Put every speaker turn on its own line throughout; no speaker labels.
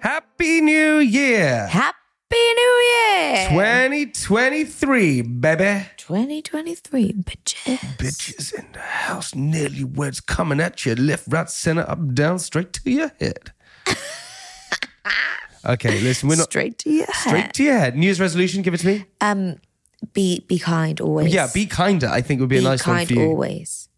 Happy New Year!
Happy New Year!
2023, baby.
2023, bitches.
Bitches in the house, nearly words coming at you, left, right, center, up, down, straight to your head. okay, listen, we're not
Straight
straight,
to your head.
to your head. New Year's resolution, give it to me. Oh,
Um, be be kind always.
Yeah, be kinder. I think would be,
Be
a nice
kind
one for you.
always.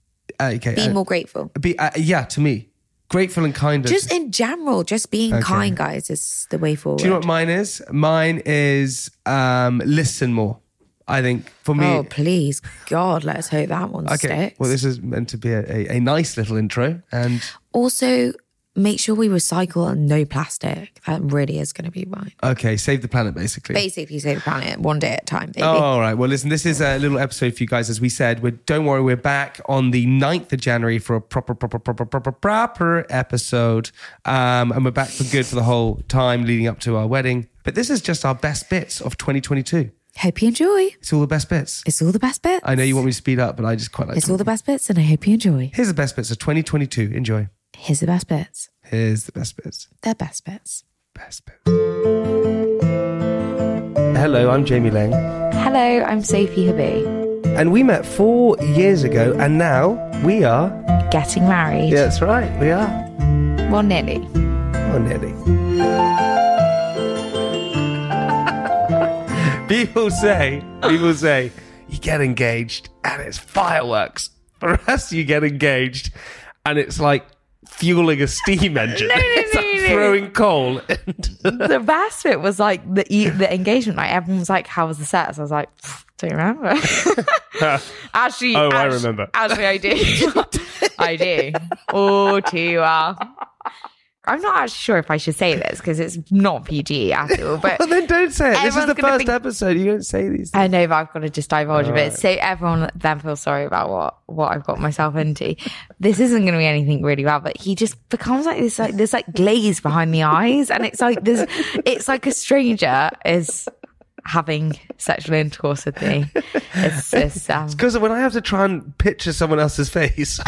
Uh, okay,
Be
uh,
more grateful.
be uh, yeah to me, grateful and kinder.
Just in general, just being kind, guys, is the way forward.
Do you know what mine is? Mine is um, listen more. I think for me.
oh, please, God, let's hope that one
okay.
sticks.
Well, this is meant to be a, a, a nice little intro, and
also, make sure we recycle and no plastic. That really is going to be mine.
okay, save the planet basically.
Basically, save the planet one day at a time, baby.
Oh, all right. Well, listen, this is a little episode for you guys. As we said, we're, don't worry, we're back on the 9th of January for a proper, proper, proper, proper, proper episode. Um, and we're back for good for the whole time leading up to our wedding. But this is just our best bits of 2022.
Hope you enjoy.
It's all the best bits.
It's all the best bits.
I know you want me to speed up, but I just quite like
It's
to.
all the best bits, and I hope you enjoy.
Here's the best bits of 2022. Enjoy.
Here's the best bits.
Here's the best bits.
They're best bits.
Best bits. Hello, I'm Jamie Lang.
Hello, I'm Sophie Habib.
And we met four years ago, and now we are.
Getting married.
Yeah, that's right, we are.
Well, nearly.
Oh, nearly. people say, people say, you get engaged and it's fireworks. For us, you get engaged and it's like fueling a steam engine. it's
no,
like
no, no.
throwing coal. into-
The best bit was like the e- the engagement. Like everyone was like, "How was the sets?" I was like, "Pfft, "Don't remember." actually,
Oh, I
actu-
remember.
Actually, I do. I do. Oh, too well. I'm not actually sure if I should say this because it's not PG at all. But
well, then don't say it. This is
Everyone's
the
gonna
first
think-
episode. You don't say these things.
I know, but I've got to just divulge a bit. So everyone then feels sorry about what what I've got myself into. this isn't going to be anything really bad, but he just becomes like this, like this, like glaze behind the eyes, and it's like this. It's like a stranger is having sexual intercourse with me. It's just um,
Because when I have to try and picture someone else's face.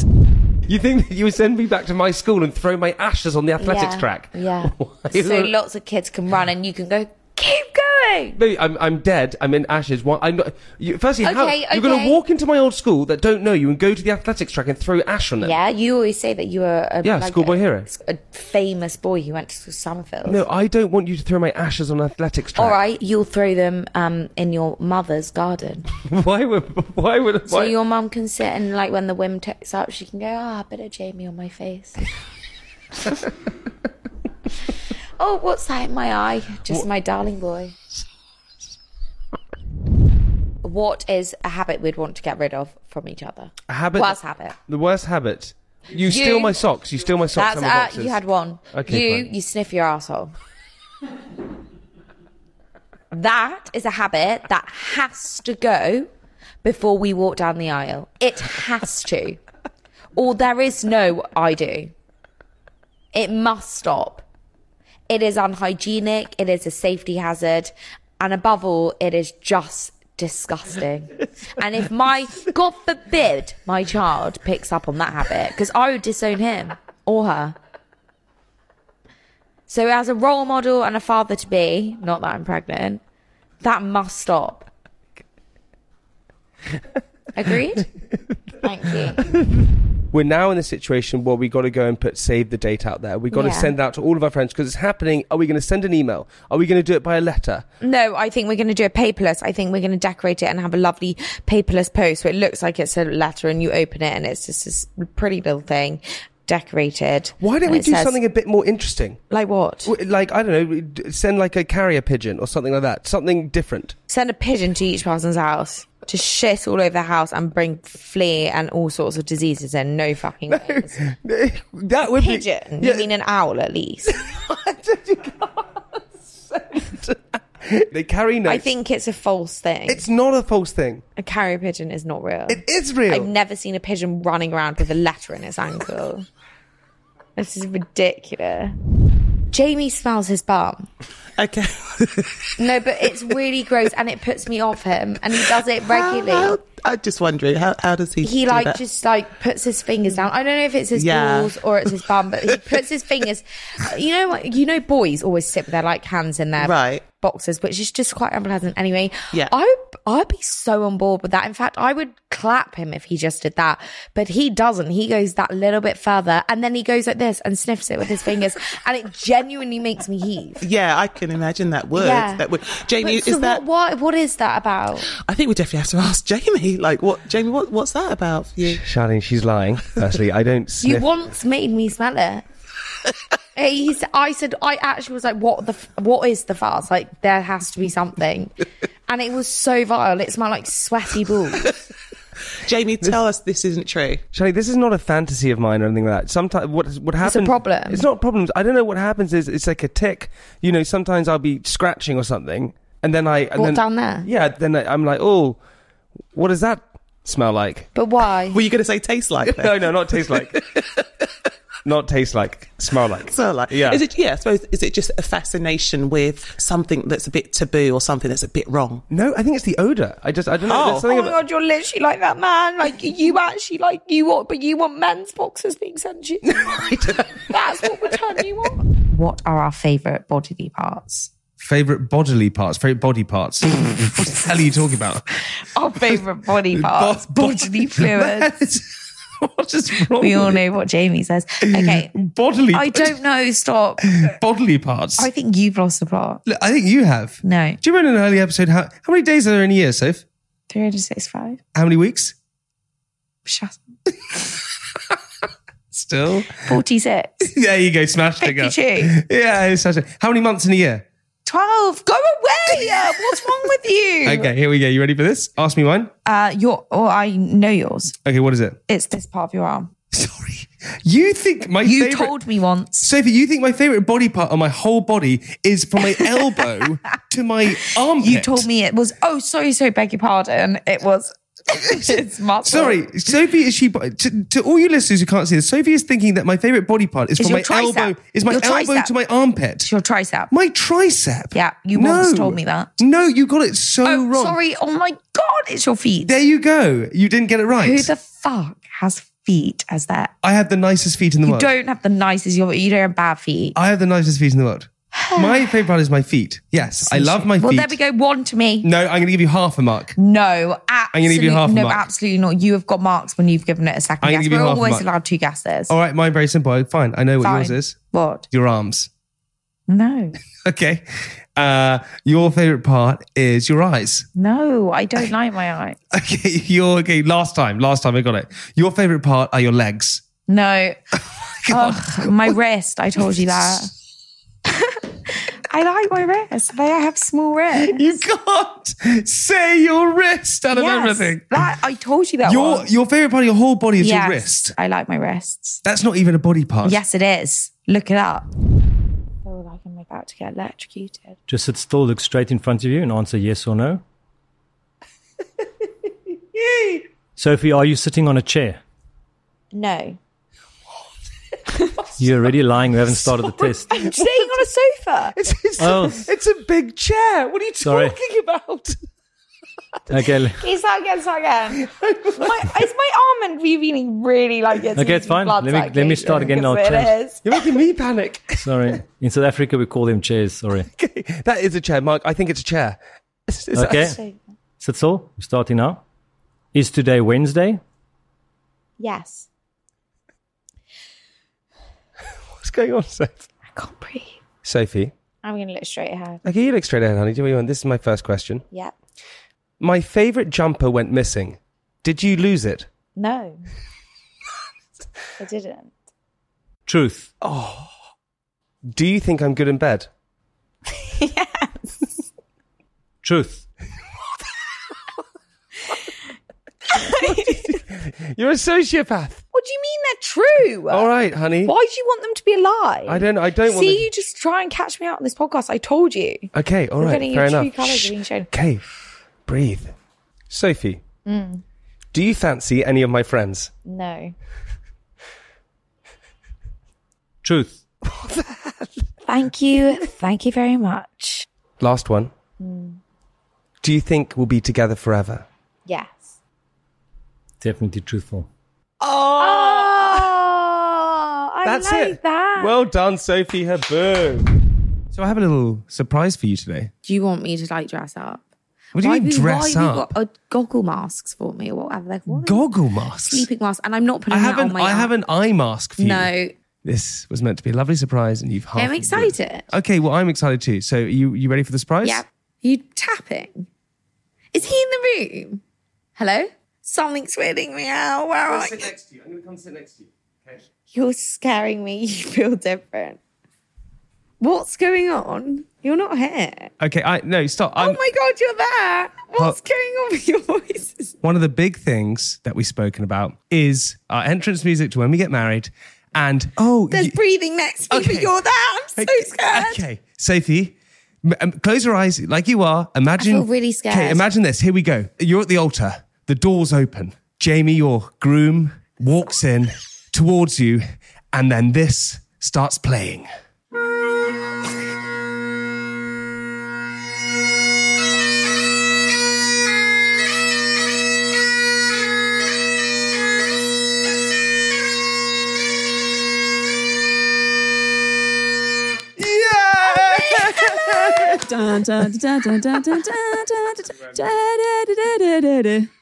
You think that you would send me back to my school and throw my ashes on the athletics
Yeah,
track?
Yeah.
Why
so
would-
lots of kids can run, and you can go keep going.
Maybe I'm I'm dead. I'm in ashes. Why? I'm not. You, firstly, how,
Okay,
you're going to
okay.
walk into my old school that don't know you and go to the athletics track and throw ash on them?
Yeah, you always say that you were a,
Yeah,
like
schoolboy
a-
hero.
a famous boy who went to Summerfield.
No, I don't want you to throw my ashes on athletics track.
All right, you'll throw them um, in your mother's garden.
Why would? Why would?
So
Why?
your mum can sit and, like, when the whim takes up, she can go, ah, a bit of Jamie on my face. oh, what's that in my eye? Just my darling boy. What is a habit we'd want to get rid of from each other?
A habit.
Worst habit.
The worst habit. You, steal my socks. You steal my socks.
That's
and my
uh,
boxes.
you had one.
Okay,
you
fine.
you sniff your asshole. that is a habit that has to go before we walk down the aisle. It has to, or there is no I do. It must stop. It is unhygienic. It is a safety hazard, and above all, it is just disgusting. and if my God forbid my child picks up on that habit, because I would disown him or her. So as a role model and a father to be, not that I'm pregnant, that must stop. Agreed? Thank you.
We're now in a situation where we got to go and put save the date out there. We got to
Yeah.
send it out to all of our friends because it's happening. Are we going to send an email? Are we going to do it by a letter?
No, I think we're going to do a paperless. I think we're going to decorate it and have a lovely paperless post where it looks like it's a letter and you open it and it's just this pretty little thing. decorated.
Why don't
and
we
it
do
says-
something a bit more interesting?
like what?
W- Like I don't know, d- send like a carrier pigeon or something like that. Something different.
Send a pigeon to each person's house to shit all over the house and bring flea and all sorts of diseases in. No fucking ways.
that would
Pigeon?
be.
You mean an owl at least?
they carry notes.
I think it's a false thing.
it's not a false thing.
a carrier pigeon is not real.
It is real.
I've never seen a pigeon running around with a letter in its ankle. this is ridiculous. Jamie smells his bum.
Okay.
No, but it's really gross and it puts me off him. And he does it regularly.
How- I'm just wondering how how does he?
he
do
like
that?
just like puts his fingers down. I don't know if it's his
Yeah.
balls or it's his bum, but he puts his fingers. You know what? You know, boys always sit with their like hands in their
Right.
boxes, which is just quite unpleasant. Anyway,
Yeah.
I would- I'd be so on board with that. In fact, I would clap him if he just did that, but he doesn't. He goes that little bit further, and then he goes like this and sniffs it with his fingers, and it genuinely makes me heave.
Yeah, I can imagine that would.
Yeah.
That would. Jamie,
But so
is that?
what, what? What is that about?
I think we definitely have to ask Jamie. Like, what? Jamie, what? What's that about for you?
Charlene, she's lying. Firstly, I don't
You
sniff.
once made me smell it. He s- I said, I actually was like, "What the? F- what is the farce? Like, there has to be something." And it was so vile. It smelled like sweaty balls.
Jamie, tell us this isn't true.
Charlene, this is not a fantasy of mine or anything like that. Sometimes what what happens?
problem.
It's not problems. I don't know what happens. Is it's like a tick. You know, sometimes I'll be scratching or something, and then I and
What
then,
down there?
Yeah, then I, I'm like, oh, what does that smell like?
But why?
Were you going to say taste like?
No,
Then?
no, not taste like. not taste like. Smell like.
So like,
Yeah.
is it? Yeah, I suppose is it just a fascination with something that's a bit taboo or something that's a bit wrong?
No, I think it's the odor. I just I don't know.
Oh.
There's
oh
something
my
about-
god, you're literally like that man. Like you actually like you want, but you want men's boxes being sent to you. That's what we're turning you on. What are our favourite bodily parts?
favorite bodily parts, favorite body parts. what the hell are you talking about?
Our favourite body parts,
Bo- bo-
bodily fluids.
what is wrong?
We all
with
know what Jamie says. Okay.
you? bodily.
I don't know. Stop.
bodily parts.
I
I,
think you've lost the plot.
I think you have.
No.
Do you remember in an early episode how how many days are there in a year, Soph?
365.
How many weeks?
Shut up.
Still.
46.
There you go, smash figure.
52.
Yeah, it's such a- how many months in a year?
12. Go away. Ab. What's wrong with you?
Okay, here we go. You ready for this? Ask me mine.
Uh, your, or I know yours.
Okay, what is it?
It's this part of your arm.
Sorry. You think my
You
favorite
told me once.
Sophie, you think my favorite body part on my whole body is from my elbow to my armpit?
You told me it was, oh, sorry, sorry, beg your pardon. It was, it's muscle.
Sorry, Sophie is she to, to all you listeners who can't see this. Sophie is thinking that my favorite body part is,
Is
from
your
my
tricep.
elbow is my
Your
elbow
tricep.
to my armpit.
It's your tricep.
My tricep.
Yeah, you once told me that.
No, you got it so
oh,
wrong.
sorry. Oh my God. It's your feet.
There you go. You didn't get it right.
Who the fuck has feet as their
I have the nicest feet in the
You
world.
don't have the nicest. You're, you don't have bad feet.
I have the nicest feet in the world. my favorite part is my feet. Yes, I love my
well,
feet.
there we go. One to me.
No, I'm going to give you half a mark.
No, absolutely.
gonna give you half a
no,
mark.
absolutely not. You have got marks when you've given it a 2nd
I'm gonna
guess.
give you
We're
half a
always
mark.
allowed two guesses.
All right, mine very simple. Fine, I know what yours
Fine.
is.
What?
Your arms.
No,
Okay. Uh, your favorite part is your eyes.
no, I don't like my eye.
Okay, your okay. Last time, last time I got it. Your favorite part are your legs.
No,
Oh
Ugh, my wrist. I told you that. I like my wrist. They have small wrists.
You can't say your wrist out of
Yes,
everything.
That I told you that.
Your
once.
your favorite part of your whole body is
Yes,
your wrist.
I like my wrists.
That's not even a body part.
Yes, it is. Look it up. Oh, like I'm about to get electrocuted.
Just sit still, look straight in front of you, and answer yes or no. Sophie, are you sitting on a chair?
No.
You're already lying. We haven't started the test.
I'm sitting on a sofa.
It's,
Oh.
it's a big chair. What are you
Sorry.
talking about?
Okay, l-
It's not again, it's not again. my, is my almond feeling really like it's
Okay, it's fine.
blood
Let me- let me start again now,
circulation? 'Cause
Trent.
It is.
You're making me panic.
sorry. In South Africa, we call them chairs. Sorry.
that is a chair, Mark. I think it's a chair. It's- it's-
Okay, sit still. We're starting now. Is today Wednesday?
Yes.
What's going on, Soph?
I can't breathe.
Sophie.
I'm going to look straight ahead.
Okay, you look straight ahead, honey. Do what you want? This is my first question.
Yep.
My favorite jumper went missing. Did you lose it?
No. I didn't.
Truth.
Do you think I'm good in bed?
Truth.
You're a sociopath.
What do you mean they're true?
Oh.
All right, honey.
Why do you want them to be alive?
I don't- I don't
See
want them-
you just try and catch me out on this podcast. I told you.
Okay, all
We're
right,
getting
fair
your true
enough.
colours are being shown.
Okay, breathe. Sophie,
Mm.
do you fancy any of my friends?
No.
Truth.
Thank you. Thank you very much. Mm.
Last one. Do you think we'll be together forever?
Yes.
Definitely truthful.
Oh, I
That's
like
it.
that.
Well done, Sophie Habu.
So I have a little surprise for you today.
do you want me to like dress up?
What do you
why
mean
have you-
dress
why have
up?
You got, uh, goggle masks for me or whatever they're called.
Goggle masks.
Sleeping masks, and I'm not
I
putting
have
that on
an
my.
I have an eye mask for you.
No,
This was meant to be a lovely surprise, and you've. half-
I'm excited.
Okay, well I'm excited too. So you you ready for the surprise?
Yeah. You tapping? Is he in the room? Hello? Something's weirding me out. Where are you?
next to you. I'm going to come sit next to you.
You're scaring me. You feel different. What's going on? You're not here.
Okay. I no stop.
Oh
I'm,
my god, you're there. What's
Huh.
going on with your voices?
one of the big things that we've spoken about is our entrance music to when we get married, and oh,
There's
you-
breathing next to me,
Okay.
but you're there. I'm so scared.
Okay, Sophie, m- um, close your eyes like you are. Imagine.
I feel really scared.
Okay, imagine this. Here we go. You're at the altar. The door's open. Jamie, your groom, walks in towards you, and then this starts playing.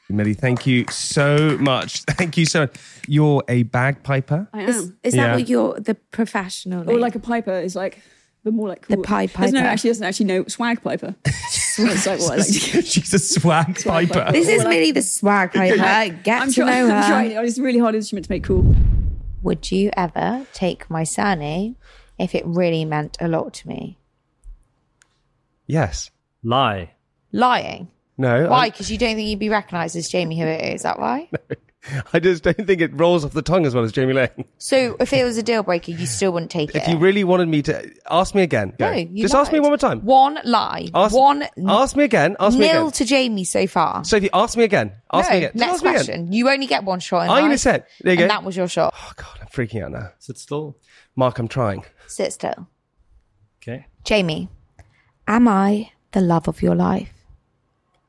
Millie, thank you so much. Thank you so much. You're a bagpiper.
I
Is,
am.
is that
Yeah.
what you're the professional?
Or
name?
like a piper is like the more like cool.
The pie
There's no
piper.
actually there's actually no swag piper. it's like what like.
She's a swag piper.
this is really the swag piper. Get
I'm
to
sure.
know her.
I'm trying. It's a really hard instrument to make cool.
Would you ever take my surname if it really meant a lot to me?
Yes.
Lie.
Lying.
No.
Why? Because you don't think you'd be recognised as Jamie Hewitt. Is that why?
I, I just don't think it rolls off the tongue as well as Jamie Lane.
So if it was a deal breaker, you still wouldn't take
If
it.
you really wanted me to ask me again, go.
no, you
just ask me
lied.
one more time.
One lie.
Ask,
one.
ask me again. Ask me
nil
again.
to Jamie so far.
Sophie, ask me again. Ask
no,
me again. Just
next
ask me again.
question. You only get one shot. In
I'm gonna
life,
set. There you
and
go.
that was your shot.
Oh God, I'm freaking out now.
Sit still.
Mark, I'm trying.
Sit still,
Okay.
Jamie. Am I the love of your life?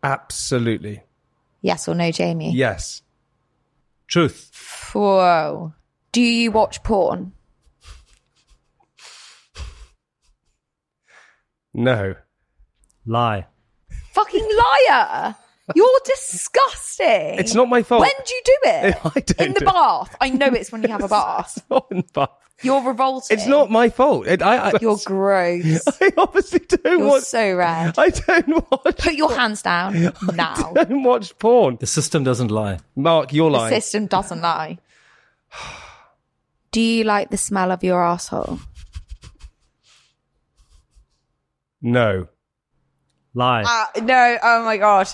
Absolutely.
Yes or no, Jamie?
Yes.
Truth.
Whoa. Do you watch porn?
No.
Lie.
Fucking liar! You're disgusting.
It's not my fault.
When do you do it?
I don't
In the
do it.
bath. I know it's when you have a bath.
Not in the bath.
You're revolting.
It's not my fault. It, I, I,
You're gross.
I obviously don't
You're
watch.
so rad.
I don't watch.
Put your hands down now.
I don't watch porn.
The system doesn't lie.
Mark, you're
The
lying.
system doesn't lie. Do you like the smell of your asshole?
No.
Lie.
no. Oh my god.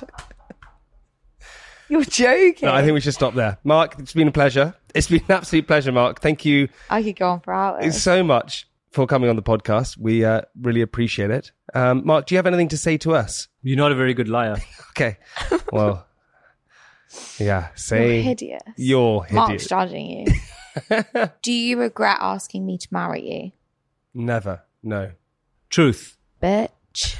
You're joking.
No, I think we should stop there. Mark, it's been a pleasure. It's been an absolute pleasure, Mark. Thank you
I could go on for hours.
so much for coming on the podcast. We uh, really appreciate it. Um, Mark, do you have anything to say to us?
You're not a very good liar.
Okay. Well, yeah. Say
You're hideous.
You're
Mark's
hideous.
judging you. Do you regret asking me to marry
Never. No.
Truth.
you, bitch?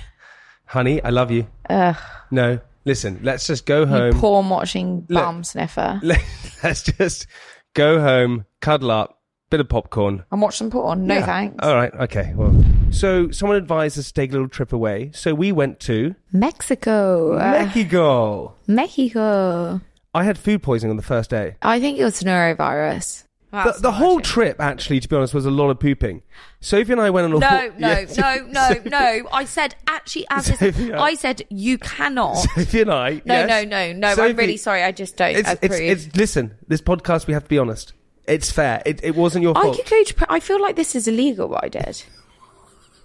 Honey, I love you.
Ugh.
No. Listen, let's just go
You
home.
porn watching
Um, Look.
bum sniffer.
Let- let's just go home, cuddle up, bit of popcorn.
I'm watching porn. No
Yeah. Uh,
thanks.
All right. Okay. Well, so someone advised us to take a little trip away. So we went to
Mexico. Uh,
Mexico.
Mexico.
I had food poisoning on the first day.
I think it was norovirus.
The, the whole trip, actually, to be honest, was a lot of pooping. Sophie and I went on a
No,
walk-
no,
Yes.
no, no, no. I said actually, as is-
Sophia.
I said, you cannot.
Sophie and I.
No,
yes.
no, no, no. I'm
Sophie-
really sorry. I just don't
It's,
approve.
it's, it's listen. This podcast, we have to be honest. It's fair. It, it wasn't your
I
fault.
could go to. pr- I feel like this is illegal. What I did.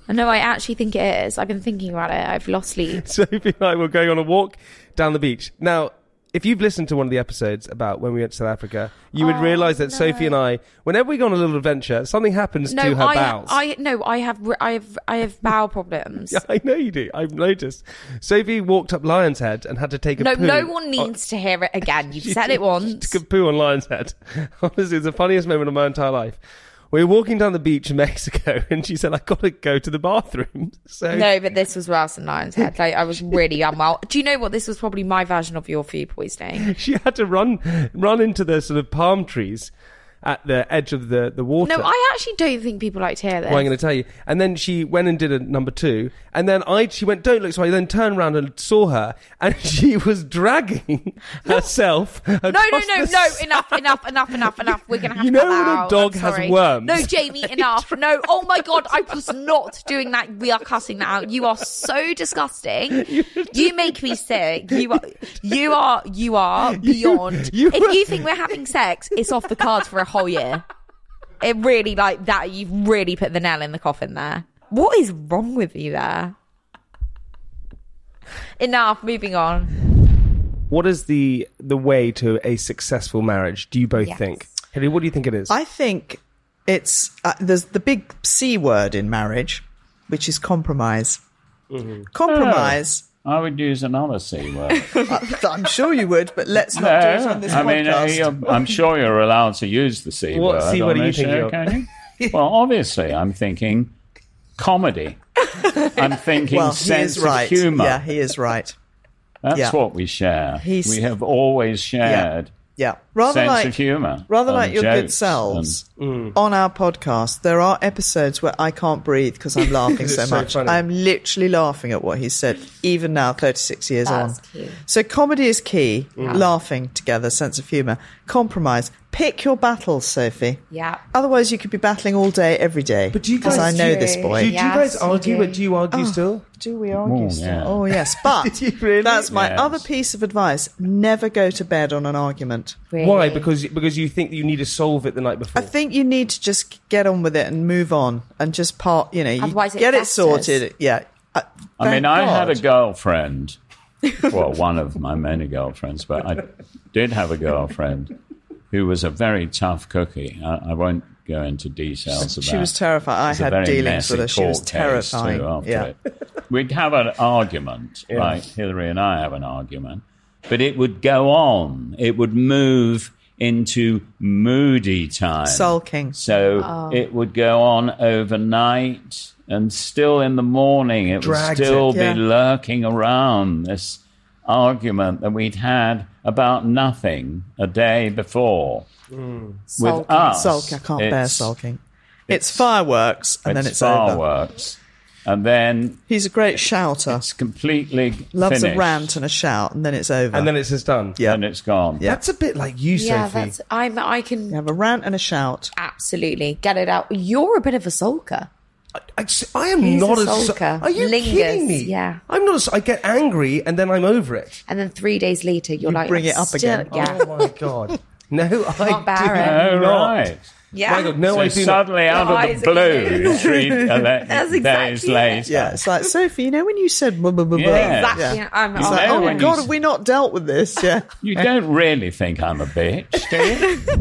No, I actually think it is. I've been thinking about it. I've lost sleep.
Sophie and I were going on a walk down the beach. Now, if you've listened to one of the episodes about when we went to South Africa, you
Oh,
would realise that Sophie and I, whenever we go on a little adventure, something happens
No,
to her
I,
bowels.
I no, I have, I have, I have bowel problems.
Yeah, I know you do. I've noticed. Sophie walked up Lion's Head and had to take a
No,
poo.
no one needs to hear it again. You've said it once.
took a poo on Lion's Head. Honestly, it's the funniest moment of my entire life. We were walking down the beach in Mexico, and she said, "I got to go to the bathroom." So
No, but this was worse than Lion's Head. Like, I was really unwell. Do you know what? This was probably my version of your food poisoning.
she had to run, run into the sort of palm trees at the edge of the the water.
No, I actually don't think people like to hear this.
Well, I'm going to tell you. And then she went and did a number two. And then I, she went, don't look. So I then turned around and saw her. And she was dragging herself.
no, no, no, no! Enough, enough, enough, enough, enough. We're gonna have
You
to cut
know
that
when a
out.
dog
I'm
has
sorry.
worms?
No, Jamie, enough. No, oh my god, I was not doing that. We are cutting that out. You are so disgusting. You make me sick. You are, you are, you are beyond.
you
if
were-
you think we're having sex, it's off the cards for a whole year. It really like that. You've really put the nail in the coffin there. What is wrong with you there? Enough. Moving on.
What is the the way to a successful marriage? Do you both
Yes.
think, Hilly? What do you think it is?
I think it's uh, there's the big C word in marriage, which is compromise. Compromise.
I would use another C word.
I- I'm sure you would, but let's not do it on this
I mean, uh,
podcast.
you're- I'm sure you're allowed to use the C
What
word.
C word
on
are you
this
thinking
show,
of?
can you? well, obviously, I'm thinking comedy. I'm thinking
well, he
sense
is right.
of humor.
Yeah, he is right.
That's
yeah.
what we share.
He's-
we have always shared
Yeah, rather
sense
like
of humor.
rather
and
like your
jokes
good selves on our podcast. There are episodes where I can't breathe because I'm laughing so
It's so
much.
funny.
I'm literally laughing at what he said, even now, 36 years
That's
on.
cute.
So comedy is key. Laughing together, sense of humor, compromise. Pick your battles, Sophie.
Yeah.
Otherwise, you could be battling all day, every day.
But do you
Because I
guys-
know this boy.
do, do you guys
Yes,
argue?
we do.
Do you argue still?
Do we argue
Oh,
still?
yeah.
Oh yes, but
you really?
that's my
Yes.
other piece of advice: never go to bed on an argument.
Why? Because because you think you need to solve it the night before.
I think you need to just get on with it and move on, and just part. You know, you
Otherwise it
get it
festers.
sorted. Yeah. Uh,
I mean,
thank
I had a
God.
girlfriend. well, one of my many girlfriends, but I did have a girlfriend who was a very tough cookie. I, I won't go into details about.
She was terrified. I
It's a
had
very
dealings with
messy
her. She was
court case, too,
terrifying.
after
yeah.
it. We'd have an argument, like Hillary and I have an argument, but it would go on. It would move into moody time.
Sulking.
So
Oh.
it would go on overnight and still in the morning it
Dragged
would still
it, yeah.
be lurking around this argument that we'd had about nothing a day before. With us,
Sulk. I can't bear
Ah, it's-
sulking. It's, fireworks, and then it's over.
fireworks. And then
He's a great shouter.
it's completely
Loves
finished,
a rant and a shout, and then it's over.
and then it's just done.
yeah,
and it's gone.
Yeah.
That's a bit like you,
Yeah,
Sophie.
that's. I'm. I can
you have a rant and a shout.
absolutely get it out. You're a bit of a sulker.
I, I am
He's
not
a
a. so-
sulker.
Are you
Lingers,
kidding me?
yeah.
I'm not. A, so- I get angry and then I'm over it.
And then three days later, you're
You
like,
bring
I'm
it up
still-
again.
Yeah.
Oh my god. No, I
Can't bear
do
it.
Oh,
not.
right.
yeah.
My God, no,
So
I do not.
suddenly, out
Your
of
eyes
the blue,
explode.
three ele-
That's
days
exactly it.
later.
Yeah, it's like Sophie. You know when you said blah blah blah. blah?
Yeah.
Exactly.
Yeah.
Yeah, I'm,
You
I'm-
know
Oh
when
my
you
god,
s-
have we not dealt with this? Yeah.
You don't really think I'm a bitch, do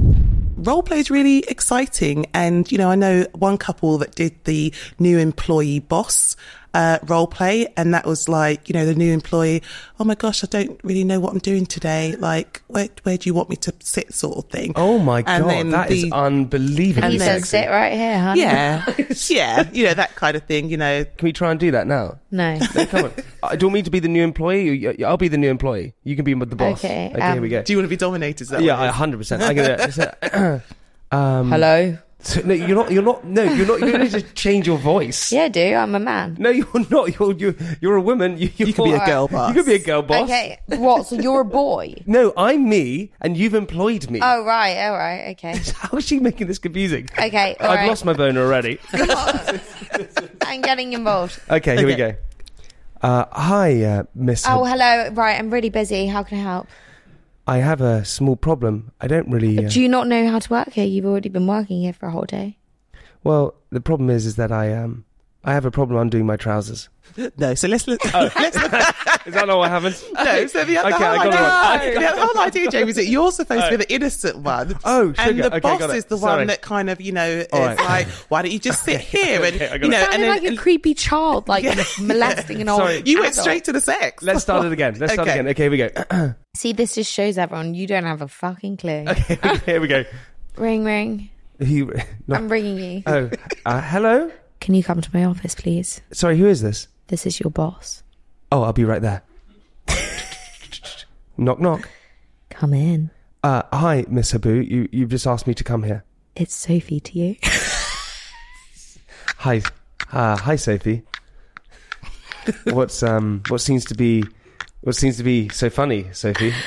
you?
role play is really exciting. And, you know, I know one couple that did the new employee boss. Uh, role play and that was like you know the new employee oh my gosh i don't really know what i'm doing today like where, where do you want me to sit sort of thing
Oh my
And
god,
then
that is
the-
unbelievable.
He
And then-
says, sit right here, honey.
yeah yeah you know that kind of thing you know
Can we try and do that now?
No.
Come on. Uh, I don't mean to be the new employee. You- you- I'll be the new employee. You can be the boss.
Okay,
Okay. here
um,
we go.
do you want to be dominated Is that
yeah,
what it
I
is?
hundred percent. I get it. So-
hello.
so- no, you're not. You're not. No, you're not. You don't need to change your voice.
yeah, do. I'm a man.
No, you're not. You're you. You're a woman. You, you're,
You could be a girl boss.
You could be a girl boss.
Okay.
What? So you're a boy?
No, I'm me, and you've employed me.
Oh, right. All right. Okay.
How is she making this confusing?
Okay. all
I've
right.
lost my boner already.
I'm getting involved.
Okay, here we go. Uh, hi, uh, Miss.
Oh, hello. Right. I'm really busy. How can I help?
I have a small problem. I don't really. Uh,
Do you not know how to work here? You've already been working here for a whole day.
well, the problem is, is that I um, I have a problem undoing my trousers.
No, so let's look.
Oh, is that not what happens?
No, so the other
Okay,
whole
I got
idea,
it.
the whole idea, Jamie, is that you're supposed to
Oh.
be the innocent one.
Oh,
and
sugar.
the
Okay,
boss
got it.
is the
Sorry.
one that kind of, you know, is
All right.
like, why don't you just sit here and
okay, I got
you
it.
know,
Sounded
and then
like a creepy child, like molesting an old.
Sorry.
you went
adult.
straight to the sex.
Let's start it again. Let's start it
Okay.
again. Okay, here we go.
See, this just shows everyone you don't have a fucking clue.
here we go.
ring, ring.
Who? no.
I'm ringing you.
Oh, uh, hello.
Can you come to my office, please?
Sorry, who is this?
This is your boss.
Oh, I'll be right there. knock knock.
Come in.
Uh, hi, Miss Habu. You you've just asked me to come here.
It's Sophie to you.
Hi, uh, hi, Sophie. What's um what seems to be what seems to be so funny, Sophie?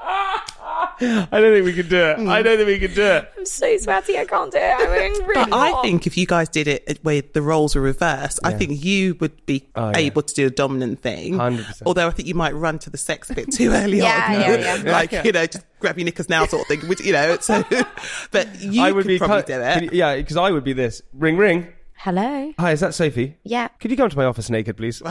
I don't think we could do it. I don't think we could do it.
I'm so sweaty. I can't do it. I'm wearing really
But I
hot.
think if you guys did it where the roles were reversed, I
Yeah. Oh,
think you would be
yeah.
able to do a dominant thing.
100%.
Although I think you might run to the sex bit too early
Yeah,
on.
yeah, yeah.
like,
Yeah.
you know, just grab your knickers now sort of thing, which, you know, so, but you
I would
could
be
probably
cut-
do it.
can you- yeah, because I would be this. Ring ring.
Hello.
Hi, is that Sophie?
Yeah.
Could you come to my office naked, please?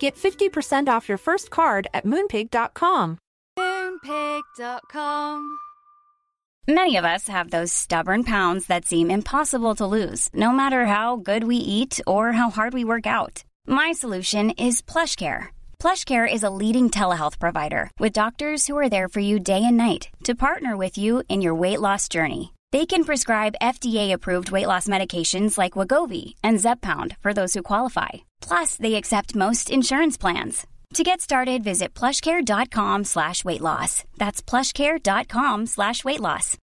Get 50% off your first card at moonpig.com.
Moonpig.com. Many of us have those stubborn pounds that seem impossible to lose, no matter how good we eat or how hard we work out. My solution is PlushCare. PlushCare is a leading telehealth provider with doctors who are there for you day and night to partner with you in your weight loss journey. They can prescribe FDA-approved weight loss medications like Wagovi and Zepbound for those who qualify. Plus, they accept most insurance plans. To get started, visit plushcare.com slash weight loss. That's plushcare.com slash weight loss.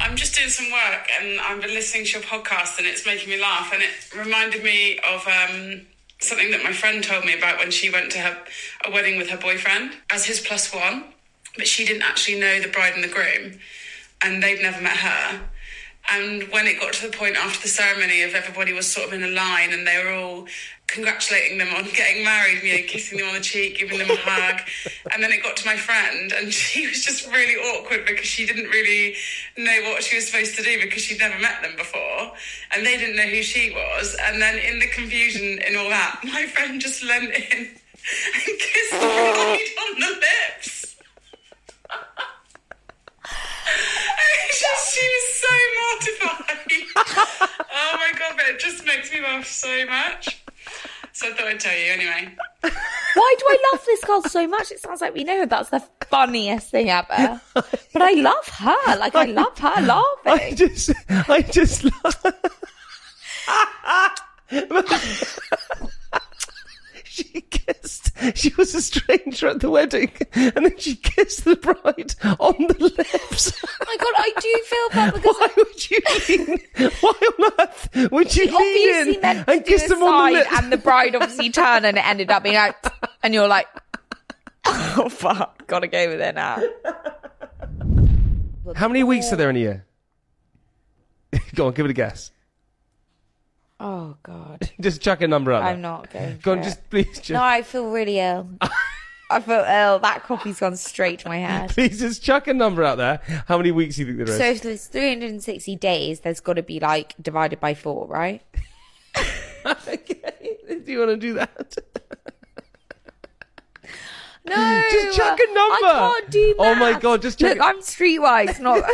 I'm just doing some work and I've been listening to your podcast and it's making me laugh and it reminded me of um, something that my friend told me about when she went to her a wedding with her boyfriend as his plus one, but she didn't actually know the bride and the groom um, and they'd never met her. And when it got to the point after the ceremony of everybody was sort of in a line and they were all congratulating them on getting married, you know, kissing them on the cheek, giving them a hug. And then it got to my friend and she was just really awkward because she didn't really know what she was supposed to do because she'd never met them before and they didn't know who she was. And then in the confusion and all that, my friend just leant in and kissed the bride on the lips. It's just, she was so mortified. oh my god, but it just makes me laugh so much. So I thought I'd tell you anyway.
Why do I love this girl so much? It sounds like we know her. That's the funniest thing ever. But I love her. Like I love her laughing.
I just, I just love. she kissed. She was a stranger at the wedding, and then she kissed the bride on the lips.
Oh my god, I do feel bad because
Why would you lean? Why on earth would you
she obviously
lean in
meant
and
to do
kiss
a
them on the
side,
lips?
and the bride obviously turned and it ended up being like, and you're like, oh fuck, gotta go with it now.
How many weeks are there in a year? Go on, give it a guess.
Oh God.
Just chuck a number out. there.
I'm not going.
Go
for
on,
it.
just please, just
No, I feel really ill. I feel ill. That coffee's gone straight to my head.
please, just chuck a number out there. How many weeks do you think there is?
So if there's 360 days, there's got to be like divided by four, right?
do you want to do that?
No,
Just chuck a number.
I can't do
Oh
math.
my God, just
Look,
chuck it-
I'm streetwise, not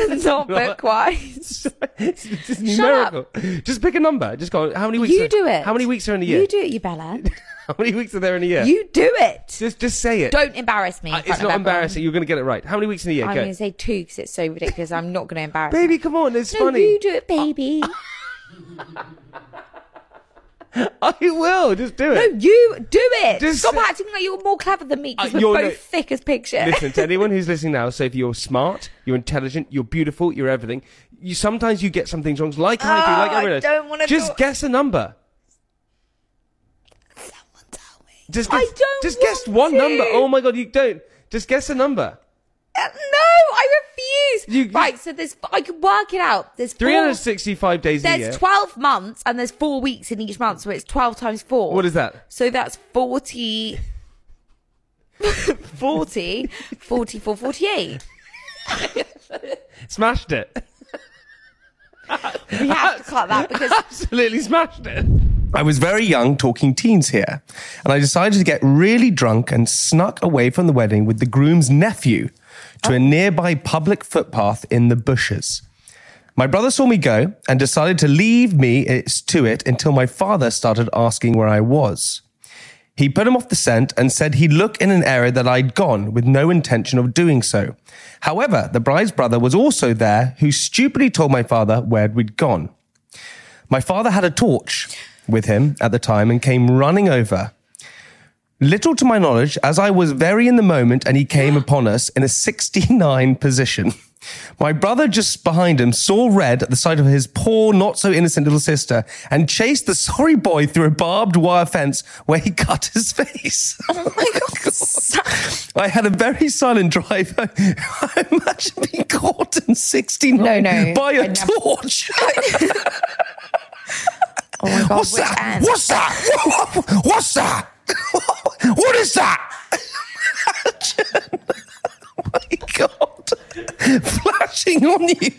not
Right.
bookwise.
It's numerical. Just pick a number. Just go. on. How many weeks?
You
are,
do it.
How many weeks are in a year?
You do it, you bella.
How many weeks are there in a year?
You do it.
Just, just say it.
Don't embarrass me. in
Uh,
front
it's
of
not
everyone.
embarrassing. You're going to get it right. How many weeks in a year?
I'm
go.
going to say two because it's so ridiculous. I'm not going to embarrass.
Baby, come on. It's
no,
funny.
you do it, baby.
I will. Just do
No,
it.
you do it.
Just-
Stop acting like you're more clever than me because
Uh,
we're
you're
both
no-
thick as pig shit.
Listen to anyone who's listening now. So if you're smart, you're intelligent, you're beautiful, you're everything. You sometimes you get some things wrong, like I do,
Oh,
like
I
everyone else.
don't wanna
Just
talk-
guess a number. Someone tell me. Just guess, I don't just guess one number. Oh my god, you don't. Just guess a number.
Uh, no, I refuse. right, so there's I can work it out. There's four,
365 days in a year.
There's 12 months and there's four weeks in each month, so it's 12 times four.
What is that?
So that's 40, 40, 44, 48.
Smashed it.
We have to cut that because
absolutely smashed it.
I was very young, talking teens here, and I decided to get really drunk and snuck away from the wedding with the groom's nephew to a nearby public footpath in the bushes. My brother saw me go and decided to leave me it's to it until my father started asking where I was. He put him off the scent and said he'd look in an area that I'd gone with no intention of doing so. However, the bride's brother was also there who stupidly told my father where we'd gone. My father had a torch with him at the time and came running over. Little to my knowledge, as I was very in the moment and he came upon us in a 69 position. My brother just behind him saw red at the sight of his poor, not so innocent little sister and chased the sorry boy through a barbed wire fence where he cut his face. Oh my God. I had a very silent drive. I imagine being caught in 69
No, no.
by a
I'd never-
torch.
Oh my god.
What's that? What's that? What's that? What is that? oh my god. Flashing on you.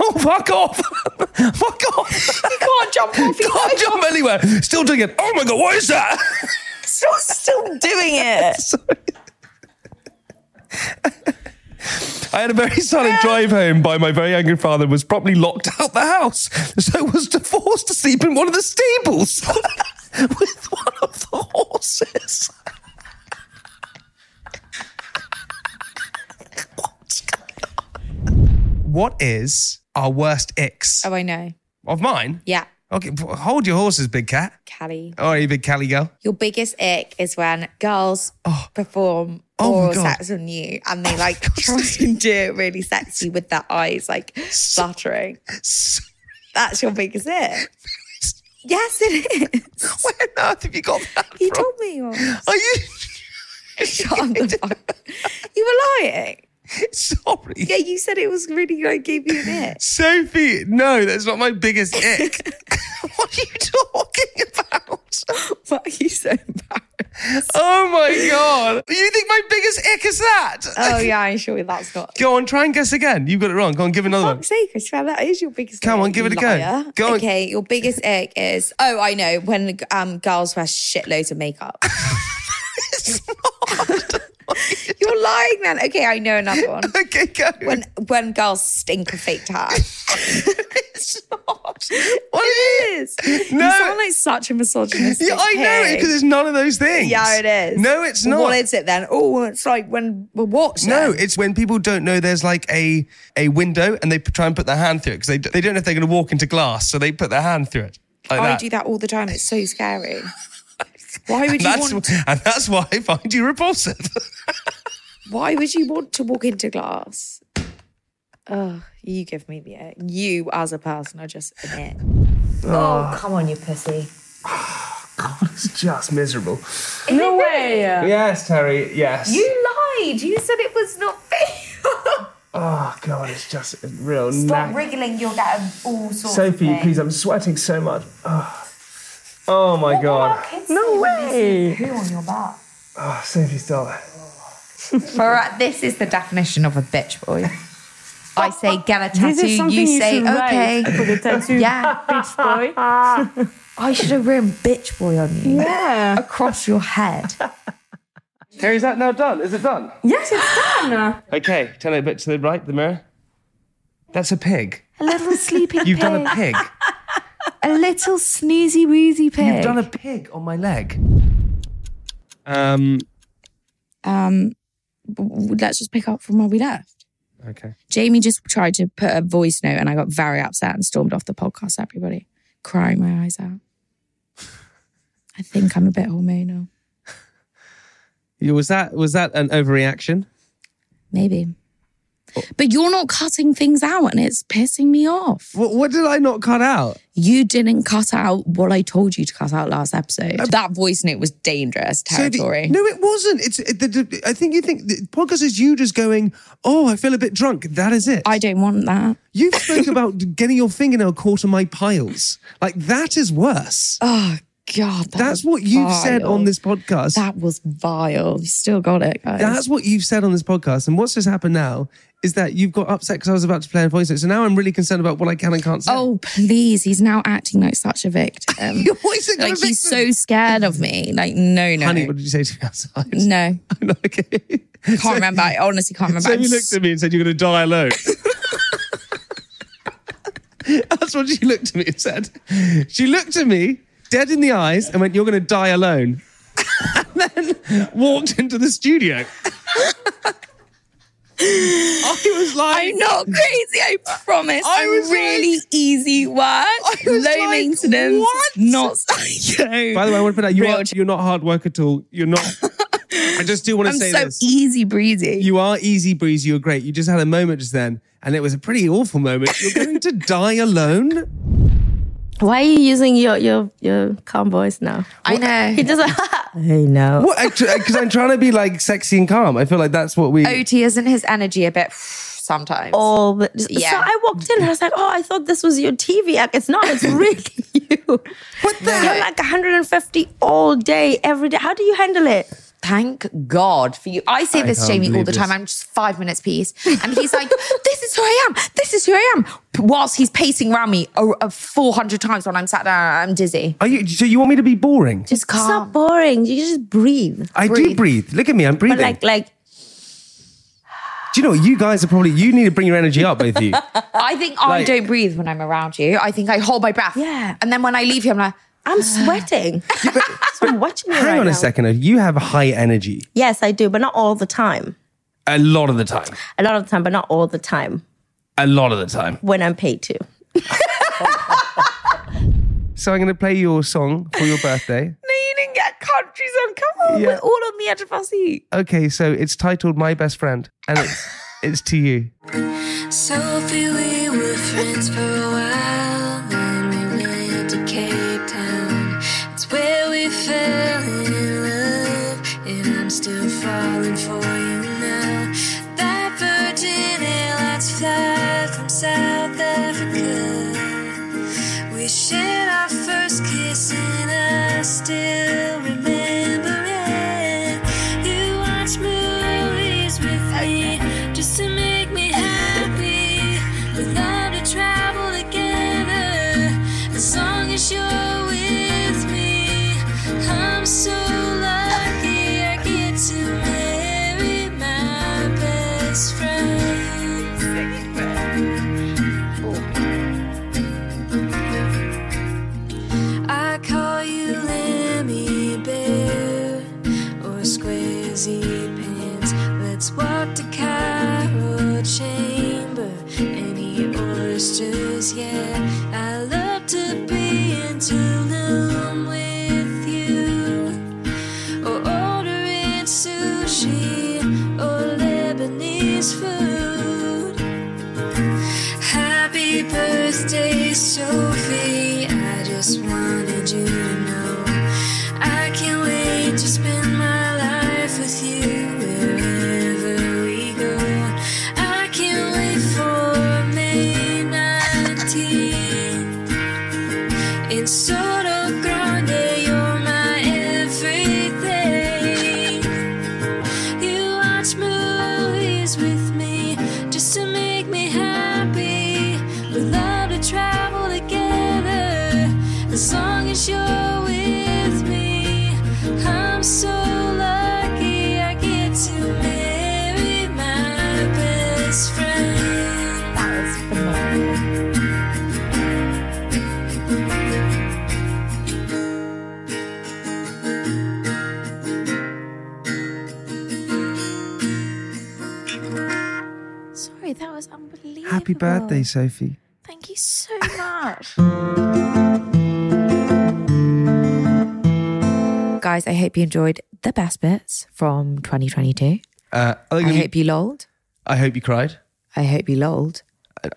Oh fuck off. fuck off. You
can't jump off.
You can't jump anywhere. Still doing it. Oh my god, what is that?
Still, still doing it.
I had a very silent drive home by my very angry father and was promptly locked out the house. So was forced to sleep in one of the stables with one of the horses. what is our worst icks?
Oh, I know.
Of mine?
Yeah.
Okay, p- hold your horses, big cat.
Callie.
Oh, you big Cali girl.
Your biggest ick is when girls perform
Oh my
oral
God. Oh
sex on you and they like try and do it really sexy with their eyes like fluttering. That's your biggest ick. yes, it is.
Where on earth have you got that?
You told me yours.
Are you?
Shut the fuck. You were lying.
Sorry.
Yeah, you said it was really like gave you an ick.
Sophie, no, that's not my biggest ick. what are you talking about?
Why are you so
embarrassed? Oh my god. You think my biggest ick is that?
Oh yeah, I'm sure that's not.
Go on, try and guess again. You got it wrong. Go on, give another one.
fuck's sake, I swear that is your biggest.
Come
ick,
on, give
you
it a go.
liar.
Go on.
Okay, your biggest ick is oh, I know when um girls wear shitloads of makeup. You're lying then. Okay, I know another one.
Okay, go.
When when girls stink of fake tan.
it's not. What
it is.
No.
You sound like such a misogynist.
Yeah, I know it because it's none of those things.
Yeah, it is.
No, it's not.
What is it then? Oh, it's like when well, what?
No,
then?
it's when people don't know there's like a a window and they p- try and put their hand through it because they, d- they don't know if they're going to walk into glass, so they put their hand through it. Like
Oh, I
that.
do that all the time. It's so scary. Why would
and
you
that's,
want?
and that's why I find you repulsive.
Why would you want to walk into glass? Oh, you give me the ick. You as a person are just an ick.
Oh,
come on, you pussy.
it's just miserable.
no way.
Yes, Terry. Yes.
You lied. You said it was not fake.
Oh god, it's just a real
Stop
nag-
wriggling. You'll get all sorts.
Sophie,
of
please, I'm sweating so much. Oh, oh my god.
No
way.
Who on your back?
Oh, Sophie, stop.
For this is the definition of a bitch boy. I say get a
This is
tattoo. You,
something you
say
should
okay
write for the tattoo,
Yeah, bitch boy. I should have written bitch boy on you. Yeah, across your head.
Terry, is that now done? Is it done?
Yes, it's done.
Okay, turn it a bit to the right, the mirror. That's a pig.
A little sleeping
You've done a pig.
A little sneezy woozy pig.
You've done a pig on my leg. Um.
Um, w- w- let's just pick up from where we left.
Okay.
Jamie just tried to put a voice note, and I got very upset and stormed off the podcast. Everybody, crying my eyes out.
I think I'm a bit hormonal.
Was that was that an overreaction?
Maybe.
Oh.
But you're not cutting things out and it's pissing me off.
What, what did I not cut out?
You didn't cut out what I told you to cut out last episode. that voice note was dangerous
So the-
territory.
no, it wasn't. It's it, the, the, I think you think the podcast is you just going. Oh, I feel a bit drunk. That is it.
I don't want that.
You spoke about getting your fingernail caught on my piles. Like that is worse.
Oh God, that
that's
was
what you've said
vile.
on this podcast.
That was vile. You still got it, guys.
That's what you've said on this podcast. And what's just happened now is that you've got upset because I was about to play a voice note. So now I'm really concerned about what I can and can't say.
Oh please, he's now acting like such a victim. like he's so scared of me. Like no, no,
Honey, what did you say to me outside?
no. Can't
So-
remember. I honestly can't remember.
So
I'm
you looked at me and said, You're going to die alone. That's what she looked at me and said. She looked at me dead in the eyes and went, You're going to die alone. and then walked into the studio. I was like,
I'm not crazy. I promise.
I
I
was
was really easy work. low maintenance. Not psycho.
By the way, I want to put out you are, you're not hard work at all. You're not. I just do want to
I'm
say
so
this.
easy breezy.
You are easy breezy. You're great. You just had a moment just then, and it was a pretty awful moment. You're going to die alone.
Why are you using your your your calm voice now? I know. He just
Hey, now. Because I'm trying to be like sexy and calm. I feel like that's what we.
Oh,
OT isn't his energy a bit sometimes.
Oh,
all the
Yeah.
So I walked in. I was like, oh, I thought this was your TV act. It's not. It's really you. What the? You're like 150 all day, every day. How do you handle it?
Thank God for you. I say
I
this,
can't
Jamie, all
believe
the time.
this.
I'm just five minutes peace. And he's like, this is who I am. This is who I am. Whilst he's pacing around me uh, uh, 400 times when I'm sat down, I'm dizzy.
Are you? So you want me to be boring?
Just calm. It's not boring. You just breathe.
I do breathe. Look at me. I'm breathing.
But like, like
do you know what? You guys are probably. You need to bring your energy up, both of you.
I think I
Like-
don't breathe when I'm around you. I think I hold my breath. Yeah. And then when I leave you, I'm like,
I'm sweating. I'm watching you
Hang
right
on
now.
a second. You have high energy
Yes, I do, but not all the time.
a lot of the time.
A lot of the time, but not all the time
A lot of the time.
when I'm paid to.
So I'm going to play your song for your birthday.
no, you didn't get countries on. Come on.
Yeah.
We're all on the edge of our seat.
Okay, so it's titled My Best Friend, and it's it's to you.
Sophie, we were friends for a while, then we went to Cape Town. It's where we fell in love, and I'm still falling for you now. That Virginia lights fly from South Africa. We shared our first kiss, and I still remember it. You watch movies with me just to make me happy. We love to travel together as long as you're with me. I'm so lucky I get to marry my best friend. I call you Lemmy Bear or Squaresy Pants. Let's walk to Cairo Chamber and eat oysters. Yeah, I love to be in Tulum with you, or ordering sushi or Lebanese food. Happy birthday, Sophie. I just wanted you to know. I can't wait to spend my life with you wherever we go. I can't wait for May 19th. In Soto Grande, you're my everything. You watch movies with me just to make me happy. We love to travel together as long as you're with me. I'm so lucky I get to marry my best friend. That was phenomenal.
Sorry, that was unbelievable.
Happy birthday, Sophie.
Thank you so much.
guys, I hope you enjoyed the best bits from 2022.
Uh,
I
gonna be-
hope you lolled.
I hope you cried uh,
I hope you lolled.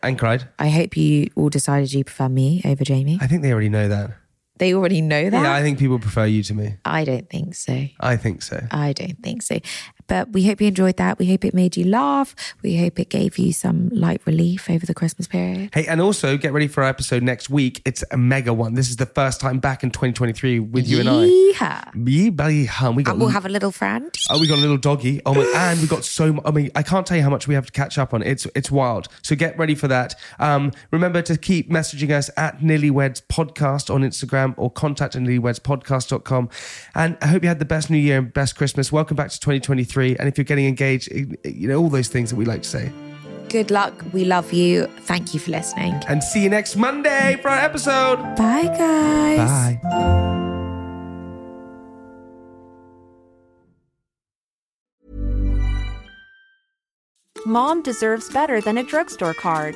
and cried.
I hope you all decided you prefer me over Jamie.
I think they already know that.
They already know that.
Yeah, I think people prefer you to me.
I don't think so.
I think so.
I don't think so. But we hope you enjoyed that. We hope it made you laugh. We hope it gave you some light relief over the Christmas period.
Hey, and also get ready for our episode next week. It's a mega one. This is the first time back in 2023 with you and I.
Yeehaw.
Yee, bloody hum. We got
And Uh, we'll have a little friend.
Oh, we got a little doggy. Oh my, and we got so. mu- I mean, I can't tell you how much we have to catch up on. It's it's wild. So get ready for that. Um, remember to keep messaging us at Nillyweds Podcast on Instagram or contact at nillywedspodcast.com. And I hope you had the best New Year and best Christmas. Welcome back to 2023. And if you're getting engaged, you know all those things that we like to say.
Good luck. We love you. Thank you for listening.
And see you next Monday for our episode.
Bye, guys.
Bye.
Mom deserves better than a drugstore card.